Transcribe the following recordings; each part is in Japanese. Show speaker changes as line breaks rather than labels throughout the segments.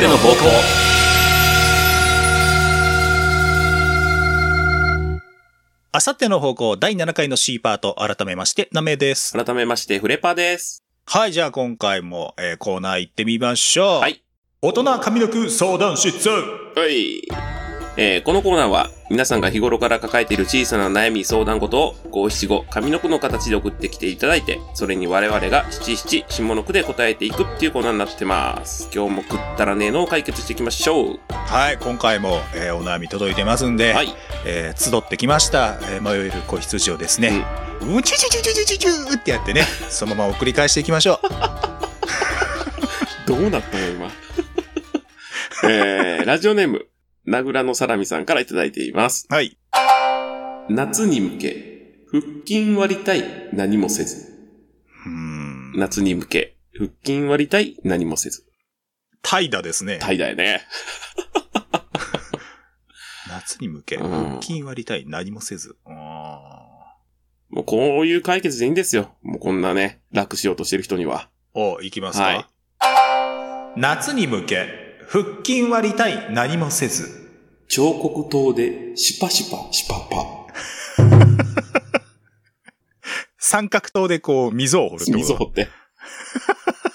ルの方向
あさっての方向第7回の C パート、改めまして、なめです。
改めまして、フレパです。
はい、じゃあ今回も、えーコーナー行ってみましょう。
はい。
大人髪の毛相談室
はい。えーこのコーナーは、皆さんが日頃から抱えている小さな悩み、相談事を、五七五、上の句の形で送ってきていただいて、それに我々が七七、下の句で答えていくっていうコーナーになってます。今日も食ったらねえのを解決していきましょう。
はい、今回も、えーお悩み届いてますんで、
はい。
えー集ってきました、えー迷える子羊をですね、うちゅちゅちゅちゅちゅちゅちゅってやってね、 そのまま送り返していきましょう。
どうなったの今。 えー、ラジオネーム、名倉のサラミさんからいただいています。
はい。
夏に向け、腹筋割りたい、何もせず。
うーん。
夏に向け、腹筋割りたい、何もせず。
怠惰ですね。
怠惰やね。
夏に向け、
うん
腹筋割りたい、何もせず。うーん
もうこういう解決でいいんですよ。もうこんなね、楽しようとしてる人には。
お、いきますか。
はい
夏に向け、腹筋割りたい、何もせず。
彫刻刀で、シパシパ、シパパ。
三角刀でこう、溝を掘るってこと
溝掘 って。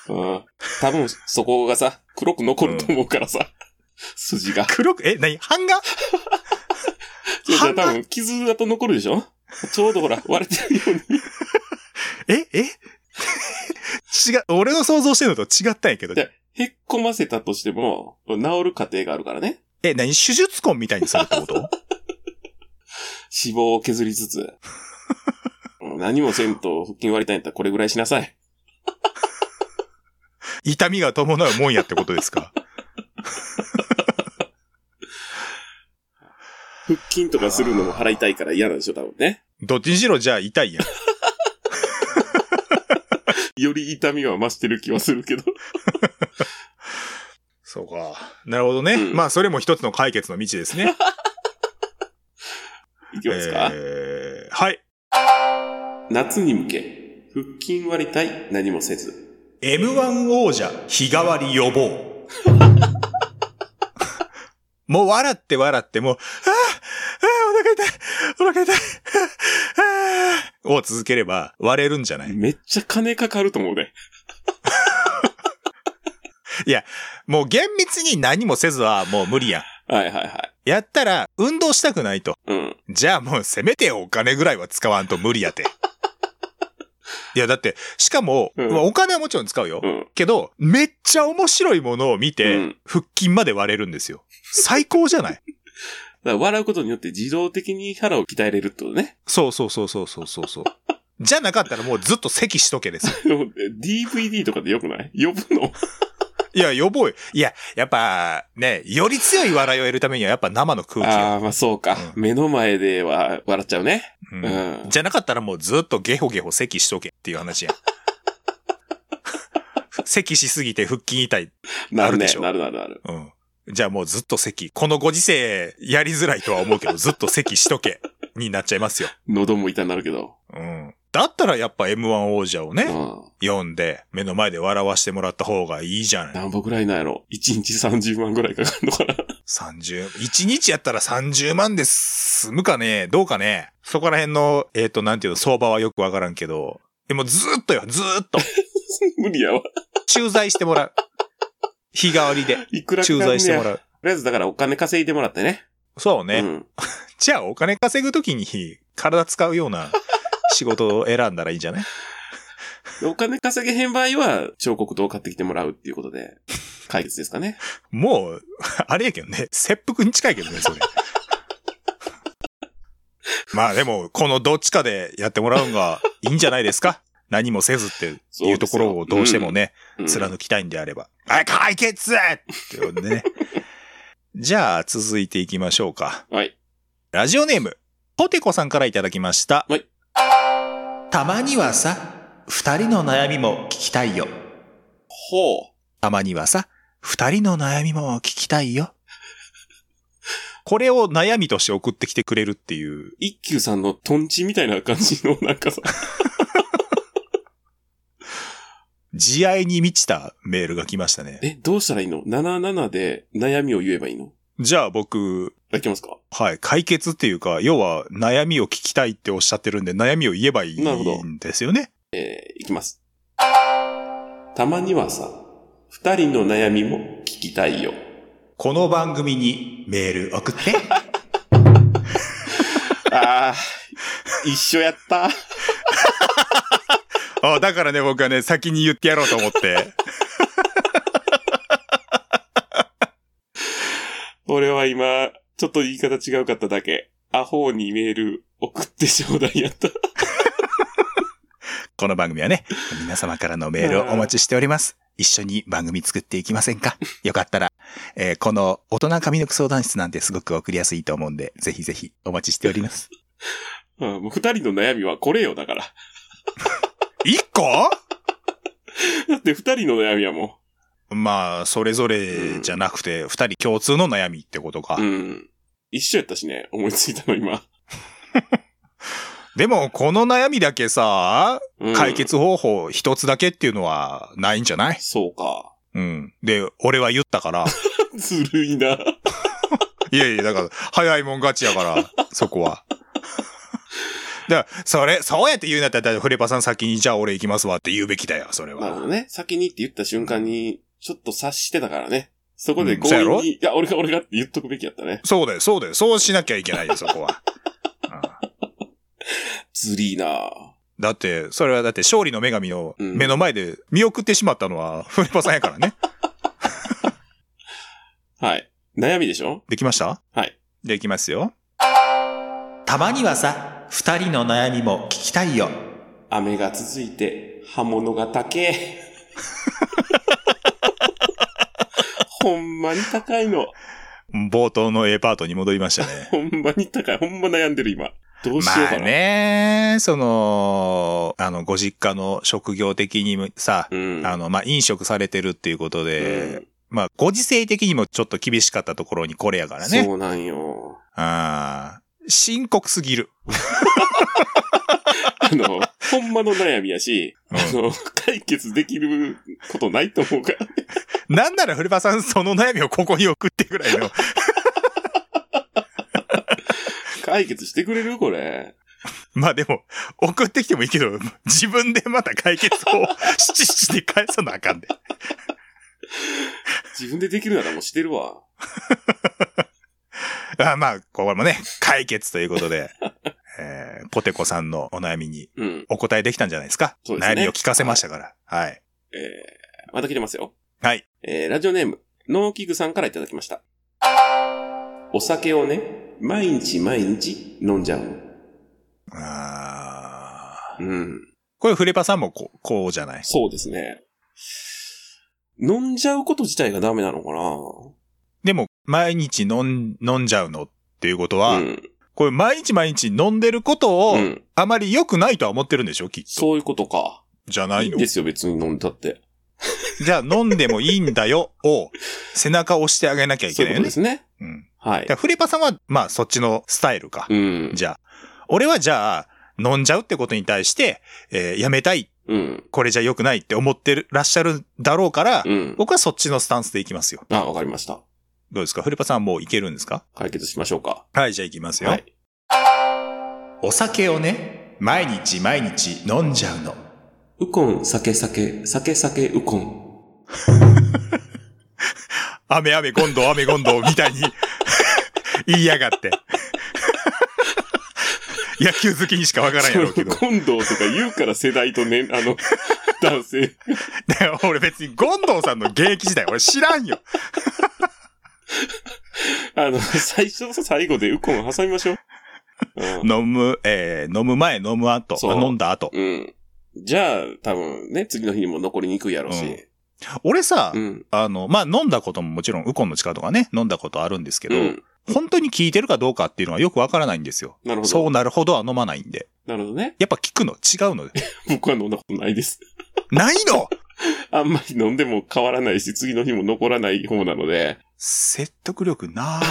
うん。多分、そこがさ、黒く残ると思うからさ。筋 が。
黒く、え、何版画
じゃあ
半分
多分、傷だと残るでしょちょうどほら、割れてるように。
え、え 違う、俺の想像してるのと違ったんやけど
じ。ゃあへっこませたとしても、治る過程があるからね。
え、何手術痕みたいにするってこと
脂肪を削りつ つ。うん何もせんと腹筋割りたいんだったらこれぐらいしなさい。
痛みが伴うもんやってことですか
腹筋とかするのも払いたいから嫌なんでしょ、多分ね。
どっちにしろじゃあ痛いやん。
より痛みは増してる気はするけ ど。
そうか。なるほどね。
うん
まあ、それも一つの解決の道ですね。
いきますか、
えーはい。
夏に向け、腹筋割りたい、何もせず。
M1 王者日替わり予防。 もう笑って笑って、もう、あーあー、お腹痛い、お腹痛い、あーあーを続ければ割れるんじゃない
めっちゃ金かかると思うね。
もう厳密に何もせずはもう無理やん。
はいはいはい。
やったら運動したくないと。
うん。
じゃあもうせめてお金ぐらいは使わんと無理やて。いやだって、しかも、
うん
まあお金はもちろん使うよ。
うん。
けど、めっちゃ面白いものを見て、
うん
腹筋まで割れるんですよ。最高じゃない
だから笑うことによって自動的に腹を鍛えれるってことね。
そうそうそうそうそうそうそう。じゃなかったらもうずっと咳しとけですよ。
でも DVD とかでよくない呼ぶの
いや、予防よ。いや、やっぱ、ね、より強い笑いを得るためにはやっぱ生の空気
あ
を。
あ、まあそうか。目の前では笑っちゃうね。
う
うんん。
じゃなかったらもうずっとゲホゲホ咳しとけっていう話やん。咳しすぎて腹筋痛い。
なる
あるで
ね
し。ょ
なるなるなる。
うん。じゃあもうずっと咳。このご時世やりづらいとは思うけど、ずっと咳しとけになっちゃいますよ。
喉も痛になるけど。
うん。だったらやっぱ M1 王者を
う
ね、
ん。
読んで、目の前で笑わしてもらった方がいいじゃない。
何歩ぐらいなんやろ ?1 日30万ぐらいかかるのかな
30、1日やったら30万で済むかねどうかねそこら辺の、えっ、と、なんていうの、相場はよくわからんけど、でもずーっとよ、ずー っと、
無理やわ。
駐在してもらう。日替わりで、
いくらかか
駐
んねや
在してもら
と
う。
りあえずだからお金稼いでもらってね。
そうね。
うん。
じゃあお金稼ぐときに体使うような仕事を選んだらいいんじゃない
でお金稼げへん場合は、彫刻刀を買ってきてもらうっていうことで、解決ですかね。
もう、あれやけどね、切腹に近いけどね、 それ。まあでも、このどっちかでやってもらうんがいいんじゃないですか何もせずっていうところをどうしてもね、
うん
貫きたいんであれば。はい、解決って呼んで ね。じゃあ、続いていきましょうか。
はい。
ラジオネーム、ポテコさんからいただきました。
はい
たまにはさ、二人の悩みも聞きたいよ。
ほう。
たまにはさ、二人の悩みも聞きたいよ。これを悩みとして送ってきてくれるっていう。
一休さん のトンチみたいな感じの、なんかさ。
慈愛に満ちたメールが来ましたね。
え、どうしたらいいの ?77 で悩みを言えばいいの
じゃあ僕、
いけますか
はい、解決っていうか、要は悩みを聞きたいっておっしゃってるんで、悩みを言えばいい
なるほど
んですよね。
えーいきます。たまにはさ、二人の悩みも聞きたいよ。
この番組にメール送って。
ああ、 一緒やった。
あだからね、僕はね、先に言ってやろうと思って。
俺は今、ちょっと言い方違うかっただけ。アホにメール送ってちょうだいやった。
この番組はね、皆様からのメールをお待ちしております。一緒に番組作っていきませんかよかったら、えーこの大人髪の毛相談室なんてすごく送りやすいと思うんで、ぜひぜひお待ちしております。
うん、もう二人の悩みはこれよ、だから。
一個
だって二人の悩みはも
まあ、それぞれじゃなくて、二人共通の悩みってことか。
う。うん。一緒やったしね、思いついたの今。
でも、この悩みだけさ、
うん
解決方法一つだけっていうのはないんじゃない
そうか。
うん。で、俺は言ったから、
ずるい な。
いやいや、だから、早いもん勝ちやから、そこは。 だから、それ、そうやって言うんだったら、だってフレパさん先に、じゃあ俺行きますわって言うべきだよ、それ
なるほど
は。
ね。先にって言った瞬間に、ちょっと察してたからね。そこで
うん
強
そうやろ
引に、いや、俺が俺がって言っとくべきやったね。
そうだよ、そうだよ、そうしなきゃいけないよ、そこ は。うん
ずりーな
だって、それはだって、勝利の女神の
うん
目の前で見送ってしまったのは、フレパさんやからね。
はい。悩みでしょ
できました
はい。
できますよ。たまにはさ、二人の悩みも聞きたいよ。
雨が続いて、刃物が高え。ほんまに高いの。
冒頭の A パートに戻りましたね。
ほんまに高い。ほんま悩んでる今。どうしよう
ま
か
あ
な。
ね、その、あの、ご実家の職業的にもさ、
うん。
あの、まあ、飲食されてるっていうこと
うん、
で、まあ、ご時世的にもちょっと厳しかったところにこれやからね。
そうなんよ。
ああ、深刻すぎる。
あの、ほんまの悩みやし、
うん
あの、解決できることないと思うから。
なんなら古場さん、その悩みをここに送ってぐら いの。
解決してくれるこれ。
まあでも、送ってきてもいいけど、自分でまた解決を七七で返さなあかんで。
自分でできるならもうしてるわ。
あまあ、これもね、解決ということで、えーポテコさんのお悩みに
うん。
お答えできたんじゃないですか
そうですね
悩みを聞かせましたから。はい。
えー、また来てますよ。
はい。
えー、ラジオネーム、ノーキグさんからいただきました。お酒をね、毎日毎日飲んじゃう。
あー
うん。
これ、フレパさんもこう、こうじゃない
そうですね。飲んじゃうこと自体がダメなのか
でも、毎日飲ん、飲んじゃうのっていうこと
な
は、
うん。
これ、毎日毎日飲んでることを、
うん。
あまり良くないとは思ってるんでしょきっと。
そういうことか。
じゃないい
いん
の
で。すよ、別に飲んだって。
じゃあ、飲んでもいいんだよ、を、背中を押してあげなきゃい
そ
け
うい
な
う
い
こ
よ
と
ね
で。すね。
うん。
はい
だか。らフレパさんは、まあ、そっちのスタイルか。
うん。
じゃあ、俺はじゃあ、飲んじゃうってことに対して、えーやめたい
うん。
これじゃ良くないって思ってるらっしゃるだろうから、
うん。
僕はそっちのスタンスでいきますよ。
あ、わかりました。
どうですかフレパさんもういけるんですか
解決しましょうか。
はい、じゃあいきますよ。
はい。
お酒をね、毎日毎日飲んじゃうの。
ウコン、酒、酒、酒、酒、ウコン。
雨雨ゴンドウ雨ゴンドウみたい に言いやが って。野球好きにしかわからんやろうけど。
今度とか言うから世代とね、 あの、男性。
だから俺別にゴンドウさんの現役時代俺知らんよ。
あの、最初と最後でウコン挟みましょう。
飲む、えー飲む前、飲む後、
そう
飲んだ後。
うん。うん。じゃあ、多分ね、次の日にも残りにくいやろうし。
俺さ、
うん。
あの、まあ、飲んだことももちろん、ウコンの力とかね、飲んだことあるんですけ
う
ど、
ん。
本当に効いてるかどうかっていうのはよくわからないんですよ。
なるほ
そ
ど
う。なるほどは飲まないんで。
なるほどね。
やっぱ効くの違うの で。
僕は飲んだことないです。
ないの
あんまり飲んでも変わらないし、次の日も残らない方なので。
説得力な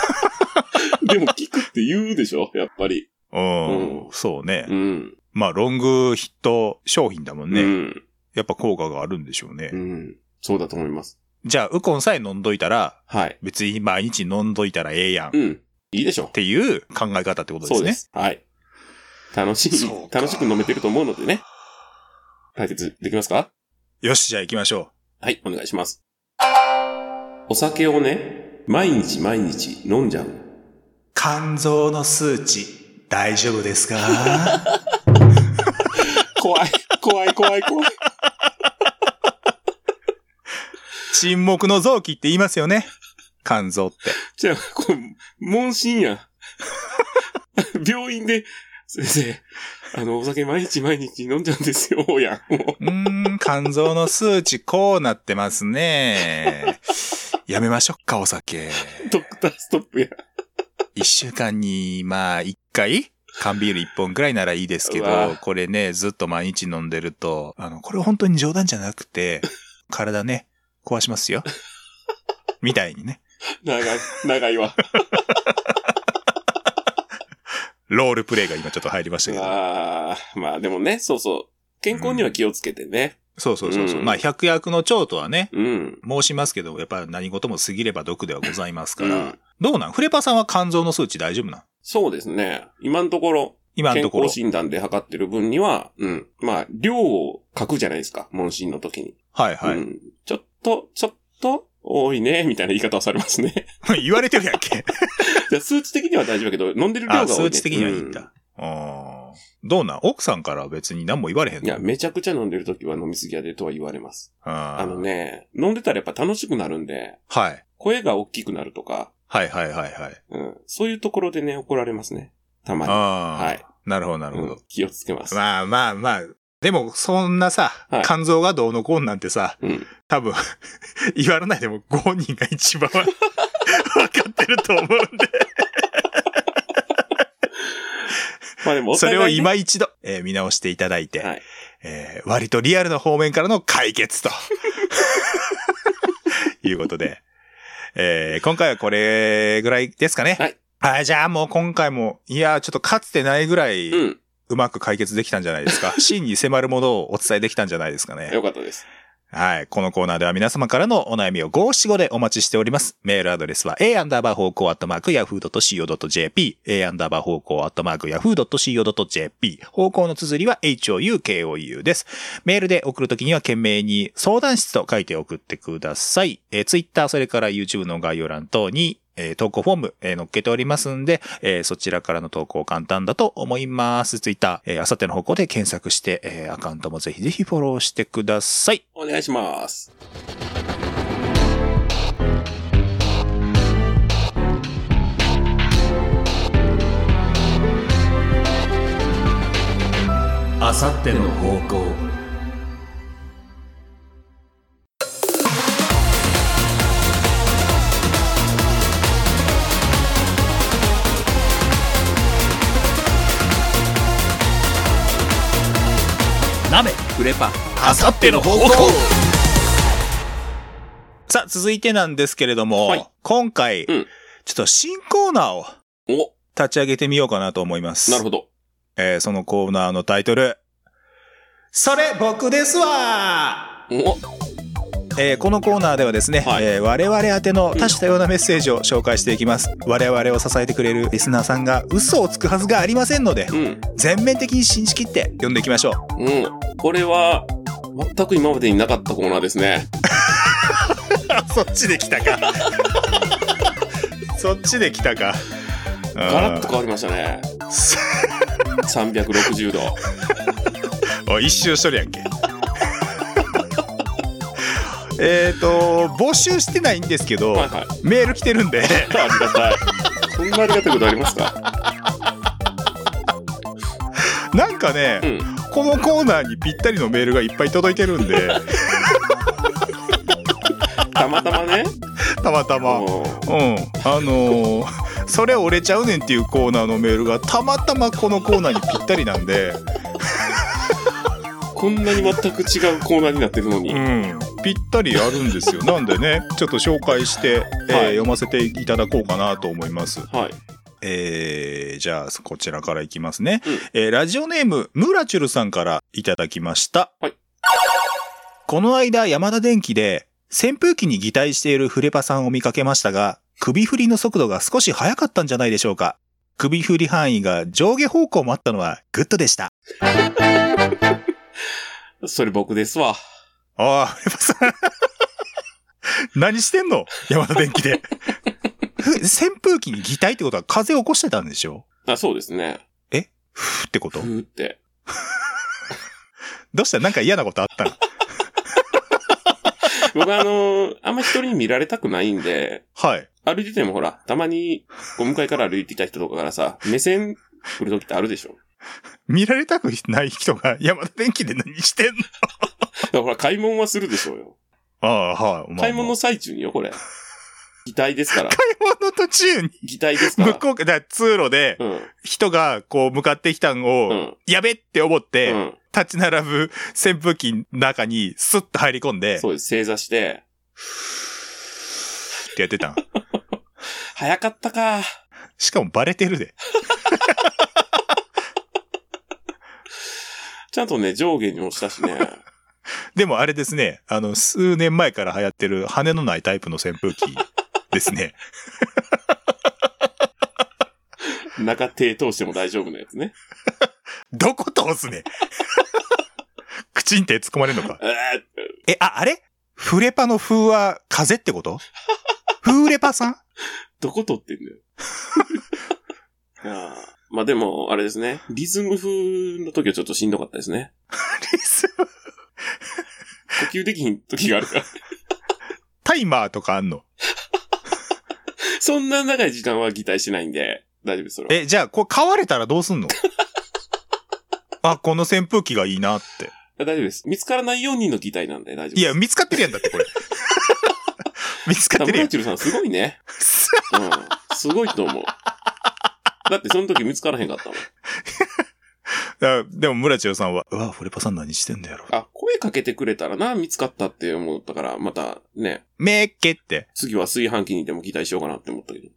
でも聞くって言うでしょやっぱり。
ぁ。うん
う。ん
そうね
う。ん。
まあ、ロングヒット商品だもんね。
うん。
やっぱ効果があるんでしょうね。
うん。そうだと思います。
じゃあ、ウコンさえ飲んどいたら、
はい。
別に毎日飲んどいたらええやん。っ
うん。いいでしょ
ていう考え方ってこと
う。
で
そ
す
うで
ね。
す。はい。楽しい
そう、か
楽しく飲めてると思うのでね。解決できますか
よし、じゃあ行きましょ
はい、お願いします。お酒をね、毎日毎日飲んじゃう。
う。肝臓の数値、大丈夫ですか
怖い、怖い、怖い、怖い。
沈黙の臓器って言いますよね。肝臓って。
じゃあ、これ、問診や。病院で、先生、あの、お酒毎日毎日飲んじゃうんですよ、やん。も
うーん、肝臓の数値こうなってますね。やめましょっか、お酒。
う、ドクターストップや。
一週間に、まあ、一回缶ビール一本ぐらいならいいですけ
うわ
ど、これね、ずっと毎日飲んでると、あの、これ本当に冗談じゃなくて、体ね、壊しますよ。みたいにね。
長い、長いわ。
ロールプレイが今ちょっと入りましたけど。
あーまあでもね、そうそう。健康には気をつけてね。
そうそうそうそう。
うん
まあ、百薬の長とはね、
うん。
申しますけど、やっぱ何事も過ぎれば毒ではございますから。
うん
どうなんフレパさんは肝臓の数値大丈夫なん
そうですね。今のところ、
今の
健
ところ
康。診断で測ってる分には、うん。まあ、量を書くじゃないですか、問診の時に。
はいはい。
うん、ちょっと、ちょっと、多いね、みたいな言い方をされますね。
言われてるやんけ。
じゃあ数値的には大丈夫だけど、飲んでる量が多
あ、
い、ね。
数値的にはいいん
うん
だ。あーどうなん奥さんからは別に何も言われへん
い
の
や、めちゃくちゃ飲んでる時は飲みすぎやでとは言われます。
あー
あのね、飲んでたらやっぱ楽しくなるんで、
はい。
声が大きくなるとか、
はいはいはいはい。
うん、そういうところでね、怒られますね。たまに。
ああ、
はい、
なるほどなるほ
う
ど。
ん。気をつけます。
まあまあまあ。でも、そんなさ、
はい
肝臓がどうのこうのなんてさ、
うん。
多分、 言われないでもご本人が一番分かってると思うん で、
まあでもお
そ
互
れ
い
を
ね、
今一度、えー見直していただいて、
はい。
えー割とリアルな方面からの解決と。 いうことで、えー今回はこれぐらいですかね。
はい。
あじゃあもう今回も、いやー、ちょっとかつてないぐらい、
うん。
うまく解決できたんじゃないで すか。真に迫るものをお伝えできたんじゃないですかね。
よかったです。
はい。このコーナーでは皆様からのお悩みを5、7、5でお待ちしております。メールアドレスは a アンダーバー方向アットマーク yahoo.co.jp a アンダーバー方向アットマーク yahoo.co.jp 方向の綴りは houkou です。メールで送るときには懸命に相談室と書いて送ってください。えー、Twitter、それから YouTube の概要欄等に、えー投稿フォーム、えー載っけておりますんで、えーそちらからの投稿簡単だと思います。Twitter、えー、あさっての方向で検索して、えーアカウントもぜひぜひフォローしてください。
お願いします。
あさっての方向なめ
フレパ。
あさっての方向さあ続いてなんですけれども、
はい
今回、
うん
ちょっと新コーナーを
お、
立ち上げてみようかなと思います
なるほど。
えーそのコーナーのタイトル、それ僕ですわ
お、
えーこのコーナーではですね、
はい
えー我々宛ての多種多様なメッセージを紹介していきます。我々を支えてくれるリスナーさんが嘘をつくはずがありませんので、
うん。
全面的に信じきって読んでいきましょう。
うん。これは、全く今までになかったコーナーですね。
そっちで来た か。そっちで来たか。
ガラッと変わりましたね。360度。
おい一周しとるやんけ えっと募集してないんですけど、
はいはい。
メール来てるん で
ありがたい。こんなありがたいことありますか
なんかね、
うん。
このコーナーにぴったりのメールがいっぱい届いてるんで
たまたまね。
たまたま。
う
うん、あのー それ折れちゃうねんっていうコーナーのメールがたまたまこのコーナーにぴったりなんで、
んこんなに全く違うコーナーになってるの
う
に。
ん、ぴったりあるんですよ。なんでね、ちょっと紹介して、えー
はい
読ませていただこうかなと思います。
はい。
えー、じゃあ、こちらからいきますね。
うん
えーラジオネーム、ムラチュルさんからいただきました。
はい
この間、山田電機で、扇風機に擬態しているフレパさんを見かけましたが、首振りの速度が少し速かったんじゃないでしょうか。首振り範囲が上下方向もあったのはグッドでした。
それ僕ですわ。
ああ、フレパさん。 何してんの山田電機で。ふ扇風機に擬態ってことは風を起こしてたんでしょ
あ、そうですね。
ふーってこと
ふーって。
どうしたなんか嫌なことあったの
僕あのーあんま一人に見られたくないんで、
はい。
歩いててもほら、たまに、こう向かいから歩いてきた人とかからさ、目線来る時ってあるでしょ。
見られたくない人が 山田電機で何してん
だ
の
からほら、買い物はするでしょうよ。
ああ、はい。まあ
買い物の最中によ、これ。擬態です から。
買い物の途中に、
擬態ですから。
向こうから、だから通路で
うん。
人がこう向かってきたん
う
を、
ん。
やべって思って、
うん。
立ち並ぶ扇風機の中にスッと入り込んで、
そうです。正座して、
ってやってたん。
早かったか。
しかもバレてるで。
ちゃんとね、上下にもしたし ね。
でもあれですね、あの、数年前から流行ってる羽のないタイプの扇風機です ね。
中手通しても大丈夫なやつね。
どこ通すね 口に手突っ込まれるのか。
えー
え、あ、あれフレパの風は風って ことフーレパさん
どこ撮ってんだ よ。ああまあでも、あれですね。リズム風の時はちょっとしんどかったですね。呼吸できひん時があるから。
タイマーとかあんの
そんな長い時間は擬態してないんで、大丈夫です、それは。
え、じゃあ、これ買われたらどうすんの あ、この扇風機がいいなって。
大丈夫です。見つからない4人の擬態なんで大丈夫です。
いや、見つかってるやんだって、これ。 見つかってるや
ラ
ん
チ。ュルさんすごい ね。うん。すごいと思う。だってその時見つからへんかったもん。
あでも、村千代さんは、うわ、フレパさん何してんだやろ。
あ、声かけてくれたらな、見つかったって思ったから、またね、
めっけって。
次は炊飯器にでも擬態しようかなって思ったけど。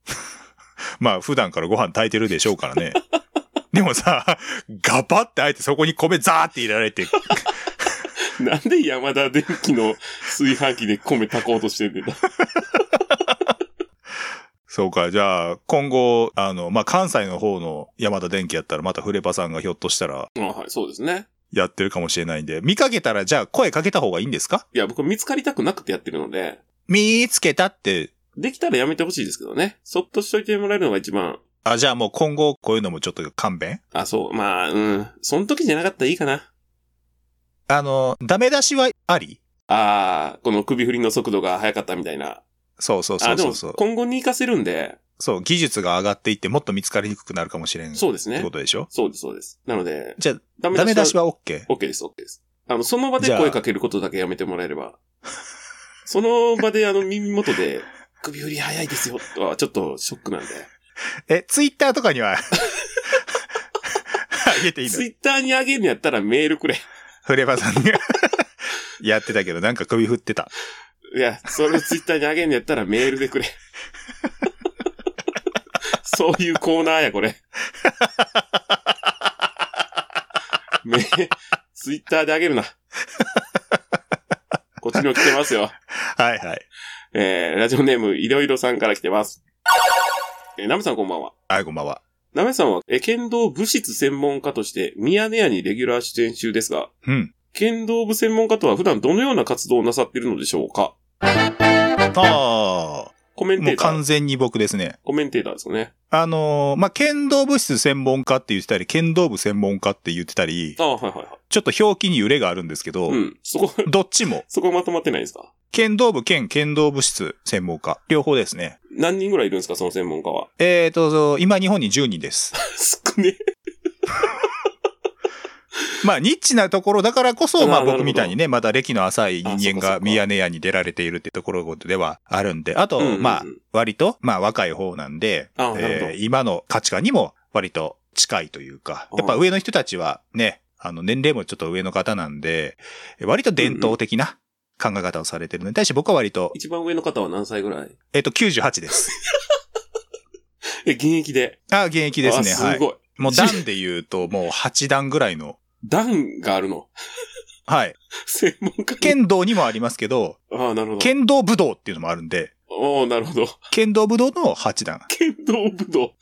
まあ、普段からご飯炊いてるでしょうからね。 でもさ、ガパってあえてそこに米ザーって入れられて、
なんで山田電機の炊飯器で米炊こうとしてん だよ。
そうか、じゃあ、今後、あの、まあ、関西の方の山田電機やったら、またフレパさんがひょっとしたら
あはい、そうですね。
やってるかもしれないんで、見かけたら、じゃあ声かけた方がいいんですか
いや、僕は見つかりたくなくてやってるので、
見つけたって、
できたらやめてほしいですけどね。そっとしといてもらえるのが一番。
あ、じゃあもう今後こういうのもちょっと勘弁
あ、そう、まあ、うん。その時じゃなかったらいいかな。
あの、ダメ出しはあり
ああ、この首振りの速度が速かったみたいな。
そうそうそ
あ、
う
で
そ
も
うそう。
今後に活かせるんで、
そう、技術が上がっていってもっと見つかりにくくなるかもしれん。
そうです
って
ね
こ。とでしょ
そうです、そうです。なので、
じゃあ、
ダ
ダメ出し
は
は OK?
OK です、OK です。あの、その場で
じゃあ
声かけることだけやめてもらえれ ば。その場で、あの、耳元で、首振り早いですよ、は、ちょっとショックなんで。
え、ツイッターとかに は、あげていいの
ツイッターに上げるんやったらメールくれ。
フレバさんが やってたけど、なんか首振ってた。
いや、それをツイッターに上げるんやったらメールでくれ。そういうコーナーや、これ。め、ツイッターで上げるな。こっちにも来てますよ。
はいはい。
えー、ラジオネーム、いろいろさんから来てます。えー、ナムさんこんばんは。
はい、こんばんは。
ナメさんは、えー、剣道武術専門家として、ミヤネ屋にレギュラー出演中ですが、
うん。
剣道部専門家とは普段どのような活動をなさっているのでしょうか
あ
コメ
あ、
ン
も
テ
う
ーター
完、全に僕ですね。
コメンテーターですよね。
あのーまあ、剣道部室専門家って言ってたり、剣道部専門家って言ってたり
あ、あ、はいはいは
ちょっと表記に揺れがあるんですけど、
い。うん。そこ、
どっちも、
そこまとまってないですか
剣道部兼剣道部室専門家、両方ですね。
何人ぐらいいるんですかその専門家は。
えーと、今日本に10人です。
少ね。
まあ、ニッチなところだからこそ、ま
な
あ
るほど
僕みたいにね、まだ歴の浅い
あそっ
人間
かそっ
が
か
ミヤネ屋に出られているってところではあるんで、あと、
うんうんうん
まあ、割と、まあ若い方なんで、
あなるほど
えー今の価値観にも割と近いというか、やっぱ
うん
上の人たちはね、あの年齢もちょっと上の方なんで、割と伝統的な考え方をされてるのに対して僕は割と、
一番上の方は何歳ぐらい
えっ、と、98です。
え、現役で。
あ現役ですね。
あ
は
す
い。
ごい。
もう段で言うと、もう8段ぐらいの、
段があるの。
はい。
専門家に。
剣道にもありますけど、
ああ、なるほど。
剣道武道っていうのもあるんで、
おおなるほど。
剣道武道の八段。
剣道武道。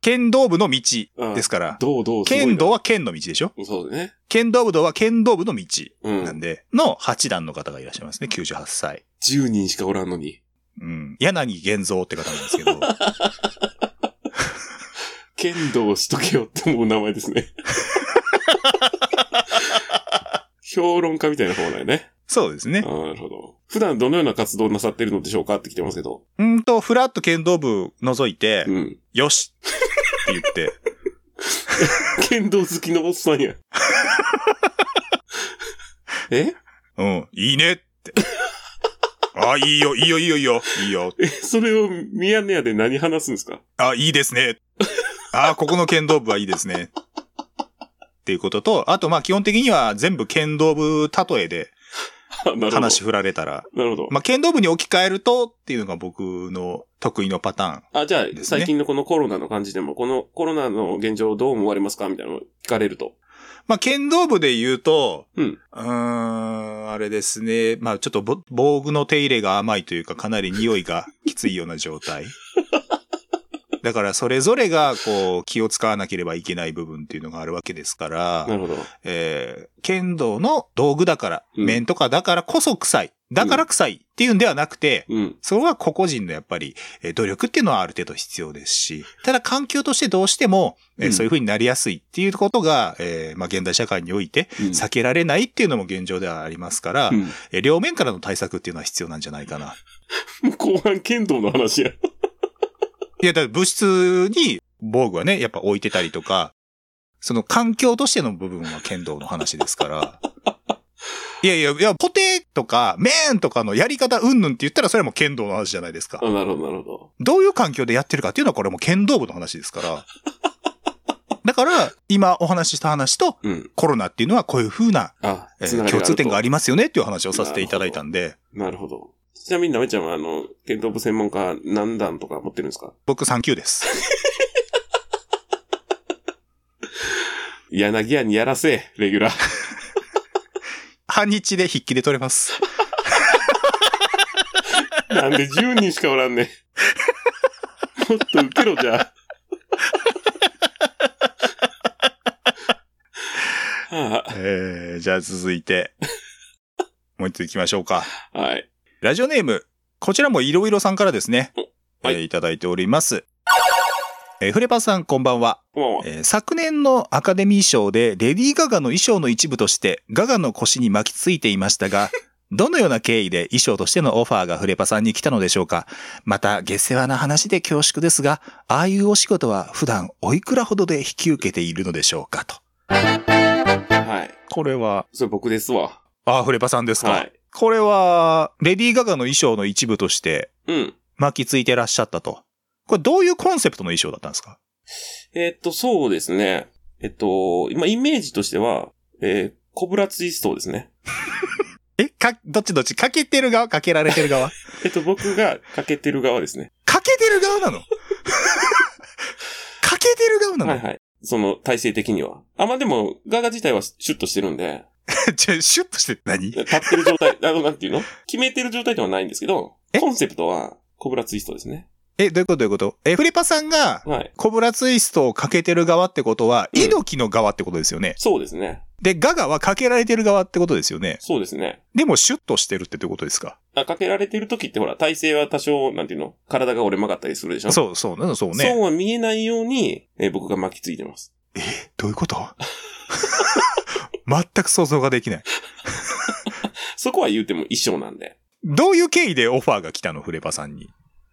剣道部の道
ああ
ですから、
どうどうすごいな
剣道は剣の道でしょ
そうだね。
剣道部道は剣道部の道
う
なん
ん。
で、の八段の方がいらっしゃいますね、98歳。
10人しかおらんのに。
うん。柳玄三って方なんです けど、
剣道しとけよって思う名前ですね。 評論家みたいな方だよね。
そうです
あ
ね。
ーなるほど。普段どのような活動をなさってるのでしょうかって来てますけど。
うんと、ふらっと剣道部覗いて
う、ん。
よしって言って、
剣道好きのおっさん や。え
うん、いいねって。あ、いいよ、いいよ、いいよ、いいよ、いいよ。
え、それをミヤネ屋で何話すんですか
あ、いいですね。あ、ここの剣道部はいいですね。っていうことと、あと、まあ、基本的には全部剣道部例えで
あなるほど。
話。振られたら、
なるほど。
まあ、剣道部に置き換えるとっていうのが僕の得意のパターン。
あ、じゃあ、
ね
最近のこのコロナの感じでも、このコロナの現状をどう思われますかみたいなのを聞かれると。
まあ、剣道部で言うと、
うん。
ーん、あれですね。まあ、ちょっとぼ防具の手入れが甘いというか、かなり匂いがきついような 状態。だから、それぞれが、こう、気を使わなければいけない部分っていうのがあるわけですから、
なるほど。
えー剣道の道具だから、
うん
面とかだからこそ臭い。だから臭いっていうんではなくて、
うん。
それは個々人のやっぱり、えー努力っていうのはある程度必要ですし、ただ環境としてどうしても、えー
うん
そういうふうになりやすいっていうことが、えーまあ現代社会において
うん
避けられないっていうのも現状ではありますから、
うん
えー両面からの対策っていうのは必要なんじゃないかな。
もう後半剣道の話や。
いや、だから物質に防具はね、やっぱ置いてたりとか、その環境としての部分は剣道の話です から。いやいや、いや、ポテとか、面とかのやり方うんぬんって言ったらそれはもう剣道の話じゃないですか。
あなるほど、なるほど。
どういう環境でやってるかっていうのはこれもう剣道部の話で すから。だから、今お話しした話と
うん。
コロナっていうのはこういう風な、
あ、
えー
つながり
共通点があ
り。
りますよねっていう話をさせていただいたんで、
なるほど。ちなみに、なめちゃんは、あの、剣道部専門家何段とか持ってるんですか
僕3級です。
柳屋にやらせ、レギュラー。
半日で筆記で取れます。
なんで10人しかおらんねん。もっと受けろ、じゃあ。は
えー、じゃあ続いて、もう一つ行きましょうか。
あ、はい。
ラジオネーム、こちらもいろいろさんからですね、
おはい
えーいただいております。えーフレパさんこんばんは。
こんばんは。
えー昨年のアカデミー賞でレディー・ガガの衣装の一部としてガガの腰に巻きついていました が、どのような経緯で衣装としてのオファーがフレパさんに来たのでしょうかまた、下世話な話で恐縮ですが、ああいうお仕事は普段おいくらほどで引き受けているのでしょうかと。
はい。
これは、
それ僕ですわ。
ああ、フレパさんですか、
はい。
これは、レディー・ガガの衣装の一部として
うん。
巻きついてらっしゃったと。これどういうコンセプトの衣装だったんですか
えーっと、そうですね。えっと、今、イメージとしては、えー、コブラツイストですね。
え、か、どっちどっちかけてる側かけられてる側
えっと、僕がかけてる側ですね。
かけてる側なの かけてる側 なの、
はいはい。その、体制的には。あ、まあ、でも、ガガ自体はシュッとしてるんで、
ちょシュッとして何
立ってる状態、 あの、なんていうの決めてる状態ではないんですけど、
え
コンセプトは、コブラツイストですね。
え、どういうことどういうことえ、フリパさんが、
はい。
コブラツイストをかけてる側ってことは、
うん
猪木の側ってことですよね。
そうですね。
で、ガガはかけられてる側ってことですよね。
そうですね。
でも、シュッとしてるってどういうことですか
あかけられてる時ってほら、体勢は多少、なんていうの体が折れ曲がったりするでしょ
そう、そう、うんそう
う
ね。
そうは見えないように、えー僕が巻きついてます。
どういうこと 全く想像ができない。
そこは言うても衣装なんで。
どういう経緯でオファーが来たのフレパさんに。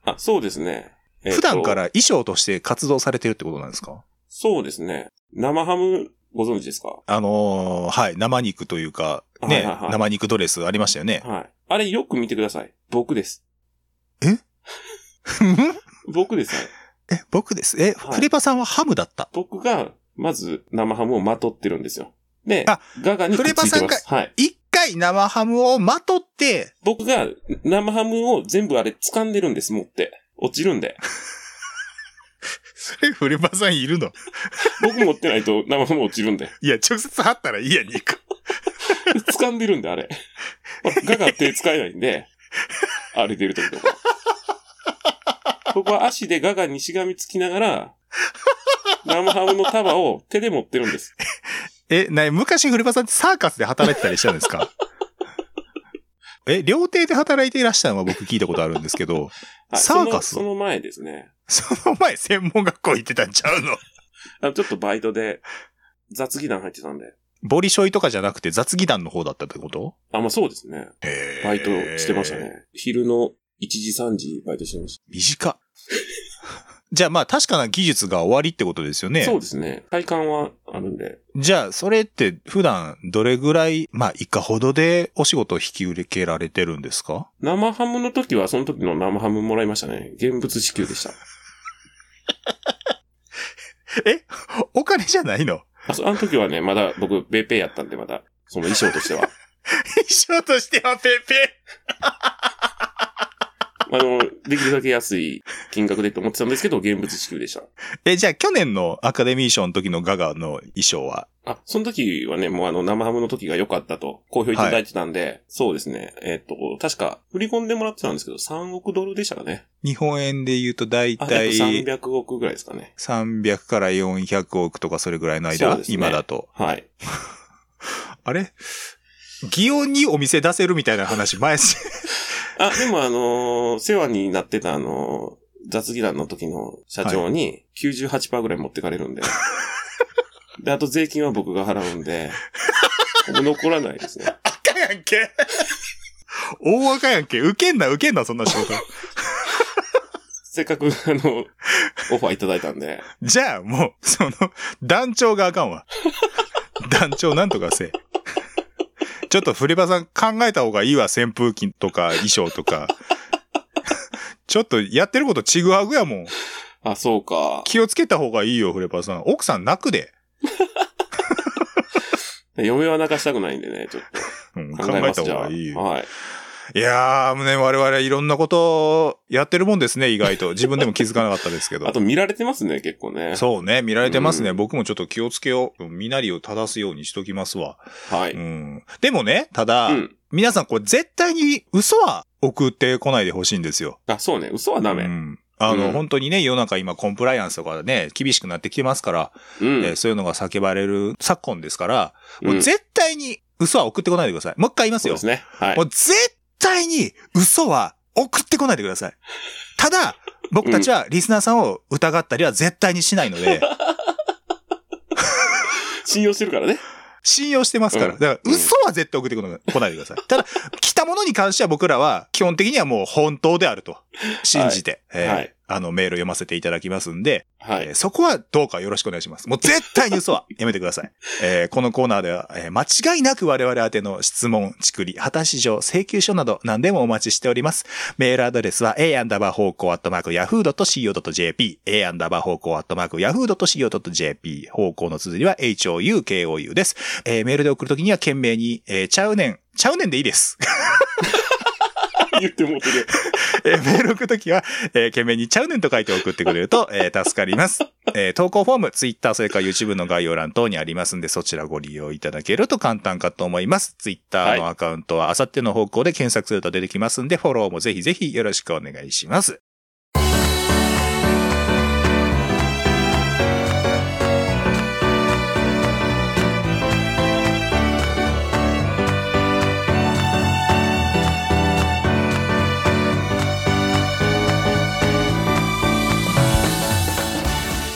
あ、そうですね。えーと
普段から衣装として活動されてるってことなんですか
そうですね。生ハム、ご存知ですか
あのーはい、生肉というか、ね、
はいはいはい
生肉ドレスありましたよね。
はい。あれよく見てください。僕です。僕です、ね。
え、僕です。え、
はい
フレパさんはハムだった。
僕が、まず生ハムをまとってるんですよ。で
あ、
ガガにくっついてます。
フレパさ
はい。
一回生ハムをまとって、
僕が生ハムを全部あれ掴んでるんです、持って。落ちるんで。
それフレパさんいるの
僕持ってないと生ハム落ちるんで。
いや、直接貼ったらいいや、肉。
掴んでるんで、あれ。ガが手使えないんで、歩いてる時とか。僕は足でガガにしがみつきながら、生ハムの束を手で持ってるんです。
え、な、昔古場さんってサーカスで働いてたりしたんです かえ、料亭で働いていらしたのは僕聞いたことあるんです けど、
はい
サーカス
そのその前ですね。
その前専門学校行ってたんちゃうの
あのちょっとバイトで雑技団入ってたんで。
ボリショイとかじゃなくて雑技団の方だったってこと
あ、まあそうですね。バイトしてました。
へー
ね。昼の1時3時バイトしてまし
短っ。じゃあまあ確かな技術が終わりってことですよ
た。
ね。
そうですね。体感はあるんで。
じゃあそれって普段どれぐらい、まあいかほどでお仕事を引き受けられてるんですか
生ハムの時はその時の生ハムもらいましたね。現物支給でした。
お金じゃないの
あ、そあの時はね、まだ僕、ベーペーやったんで、まだ、その衣装と しては。
衣装としてはペーペー
あの、できるだけ安い金額でと思ってたんですけど、現物支給でした。
え、じゃあ去年のアカデミー賞の時のガガの衣装は
あ、その時はね、もうあの、生ハムの時が良かったと、好評いただいてたんで、そうですね。えっと、確か、振り込んでもらってたんですけど、3億ドルでしたかね。
日本円で言うと大
あ、約
体
300億ぐらいですかね。
300から400億とかそれぐらいの
そう
間、
ですね
今だと。
はい。
あれ祇園にお店出せるみたいな話前し、
あ、でもあのー世話になってたあのー雑技団の時の社長に98%ぐらい持ってかれるんで。で、あと税金は僕が払うんで、僕残らないですね。
赤やんけ。大赤やんけ。ウケんな、ウケんな、そんな仕 事。
せっかく、あの、オファーいただいたんで。
じゃあ、もう、その、団長があかんわ。団長なんとかせえ。ちょっと、フレバさん考えた方がいいわ、扇風機とか衣装とか。ちょっと、やってることちぐはぐやもん。
あ、そうか。
気をつけた方がいいよ、フレバさん。奥さん泣くで。
嫁は泣かしたくないんでね、ちょっ
うん、
と
考
考え
え
ま
た
す。
方
じゃあ。
がいいよ。
はい。
いやー、ね、我々いろんなことやってるもんですね、意外と。自分でも気づかなかったですけど
あ。と見られてますね、結構ね。
そうね、見られてますね。
うん
僕もちょっと気をつけよう。身なりを正すようにしときますわ。
は
う
い。
ん。でもね、ただ、
うん。
皆さんこれ絶対に嘘は送ってこないでほしいんですよ。
あ、そうね。嘘はダメ。
う
うん。
んあの、
うん
本当にね、世の中今コンプライアンスとかね、厳しくなってきてますから、えーそういうのが叫ばれる昨今ですから、もう
うん
絶対に嘘は送ってこないでください。もう一回言います
そう
よ。
ですね。はい
も。う絶対に嘘は送ってこないでください。ただ、僕たちはリスナーさんを疑ったりは絶対にしないので、
信用してるからね。
信用してますから。
うん
だから、嘘は絶対送ってこない来ないで ください。ただ、来たものに関しては僕らは、基本的にはもう本当であると、信じて、えー
はい
あの、メールを読ませていただきますんで、
は
え
い
ー。そこはどうかよろしくお願いします。もう絶対に嘘はやめてください。えーこのコーナーでは、えー間違いなく我々宛ての質問、ちくり、果たし状、請求書など何でもお待ちしております。メールアドレスは a アンダーバー方向アットマーク yahoo.co.jp、a アンダーバー方向アットマーク yahoo.co.jp、方向の綴りは houkou です。えーメールで送るときには懸命に、えーちゃうねん、ちゃうねんでいいです。
言ってもうてる。
えーメール送るときは、えー懸命にちゃうねんと書いて送ってくれると、えー助かります。えー投稿フォーム、ツイッター、それから YouTube の概要欄等にありますんで、そちらご利用いただけると簡単かと思います。ツイッターのアカウントは、あさっての方向で検索すると出てきますんで、フォローもぜひぜひよろしくお願いします。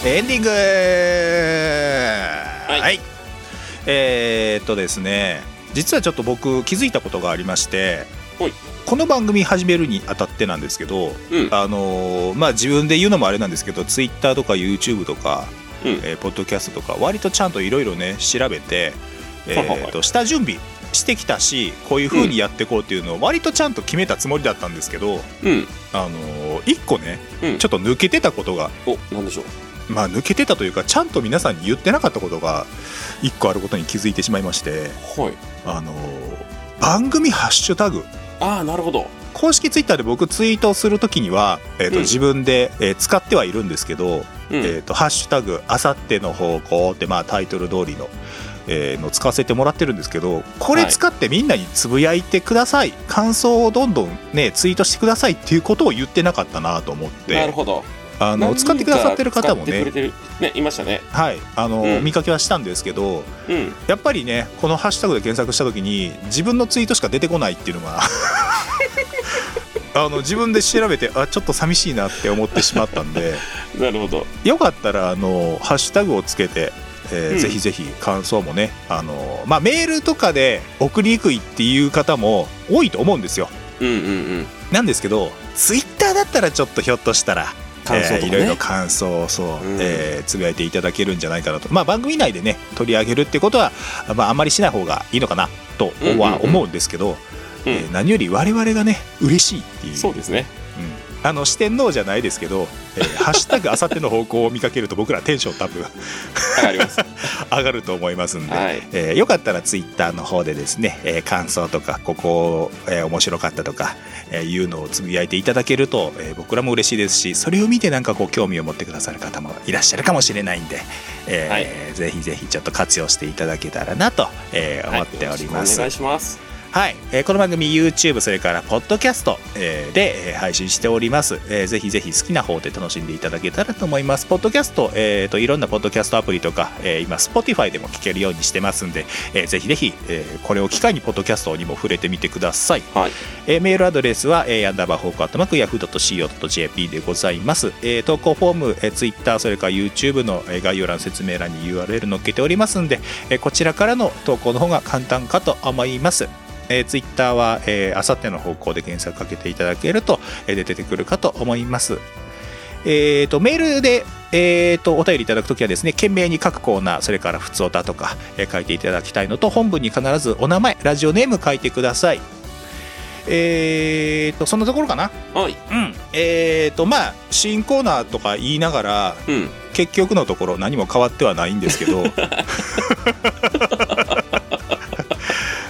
エンディングはいえーっとですね、実はちょっと僕気づいたことがありまして
ほい、
この番組始めるにあたってなんですけど、
うん。
あのーまあ自分で言うのもあれなんですけどツイッターとか YouTube とか、
うん
えーポッドキャストとか割とちゃんといろいろね調べて、え
はいはいはい
ー、と下準備してきたしこういう風にやっていこうっていうのを割とちゃんと決めたつもりだったんですけ
う
ど、
ん。
あのー一個ね、
うん
ちょっと抜けてたことが
お、なんでしょう。
まあ抜けてたというかちゃんと皆さんに言ってなかったことが一個あることに気づいてしまいまして、
はい。
あのー番組ハッシュタグ
ああ、なるほど。
公式ツイッターで僕ツイートをするときには、えーと
うん
自分で、えー使ってはいるんですけど、
うん。
えー、とハッシュタグあさっての方向って、まあ、タイトル通りの、えーの使わせてもらってるんですけどこれ
はい
使ってみんなにつぶやいてください、感想をどんどんねツイートしてくださいっていうことを言ってなかったなと思っ
なる
て
ほど。
あの
何人か
使ってくださってる方も
使って
ね
くれてるね、いましたね。
はいあの、
うん
見かけはしたんですけど
うん。
やっぱりねこのハッシュタグで検索した時に自分のツイートしか出てこないっていうのが あの自分で調べてあちょっと寂しいなって思ってしまったんで。
なるほど。
よかったらあのハッシュタグをつけて、え
う
ー
ん
ぜひぜひ感想もねあの、まあ、メールとかで送りにくいっていう方も多いと思うんですよ
うんうんうん。
なんですけどツイッターだったらちょっとひょっとしたら
感想とか
えーい
ね。
ろいろ感想をそう、
うん
えーつぶやいていただけるんじゃないかなと、まあ、番組内でね取り上げるってことは、まあ、あんまりしない方がいいのかなとは思うんですけど、
うん
えー何より我々がね嬉しいっていう
そうですね。
うん、あの四天王じゃないですけど「えーハッシュタグあさっての方向」を見かけると僕らテンション多分
わかり ます。
上がると思いますんで、
はい。
えーよかったらツイッターの方でですね、えー感想とかここ、えー面白かったとか、えーいうのをつぶやいていただけると、えー僕らも嬉しいですしそれを見てなんかこう興味を持ってくださる方もいらっしゃるかもしれないんで、えー
はい
ぜひぜひちょっと活用していただけたらなと、えー思っておりま
はい
す
お願い。します。
はい、えーこの番組 YouTube それからポッドキャスト、えーで、えー配信しております、えーぜひぜひ好きな方で楽しんでいただけたらと思いますポッドキャスト、えーといろんなポッドキャストアプリとか、えー今 Spotify でも聞けるようにしてますんで、えーぜひぜひ、えーこれを機会にポッドキャストにも触れてみてください
はい。
えーメールアドレスは、えー、アンダーバーホークアットマークヤフー .co.jp でございます、えー投稿フォーム、えー、Twitter それから YouTube の、えー概要欄説明欄に URL 載っけておりますんで、えーこちらからの投稿の方が簡単かと思いますえー、ツイッターは、えー、あさっての方向で検索かけていただけると、えー出てくるかと思います。えー、とメールで、えー、とお便りいただくときはですね懸命に各コーナーそれから「ふつおた」とか、えー書いていただきたいのと本文に必ずお名前ラジオネーム書いてくださいえー、とそんなところかな
はい。
うんえー、とまあ新コーナーとか言いながら
うん。
結局のところ何も変わってはないんですけど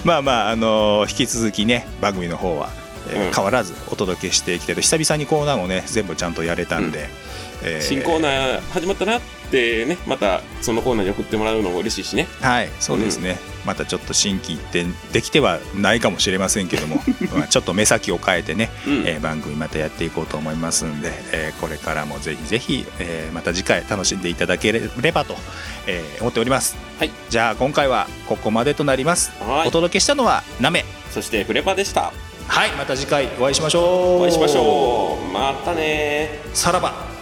まあまあ、あの引き続きね番組の方は、えー
うん
変わらずお届けしていきたいと久々にコーナーもね全部ちゃんとやれたんで、えー
新コーナー始まったなってね、またそのコーナーに送ってもらうのも嬉しいしね。
はいそうですね、またちょっと新規一転できてはないかもしれませんけ どもまあちょっと目先を変えてね、
うん。
えー番組またやっていこうと思いますんで、えーこれからもぜひぜひ、えーまた次回楽しんでいただければと、えー思っております、
はい、
じゃあ今回はここまでとなります、
はい
お。届けしたのはナメ
そしてフレパでした。
はいまた次回お会いしましょう
お会いしましょう。またね
さらば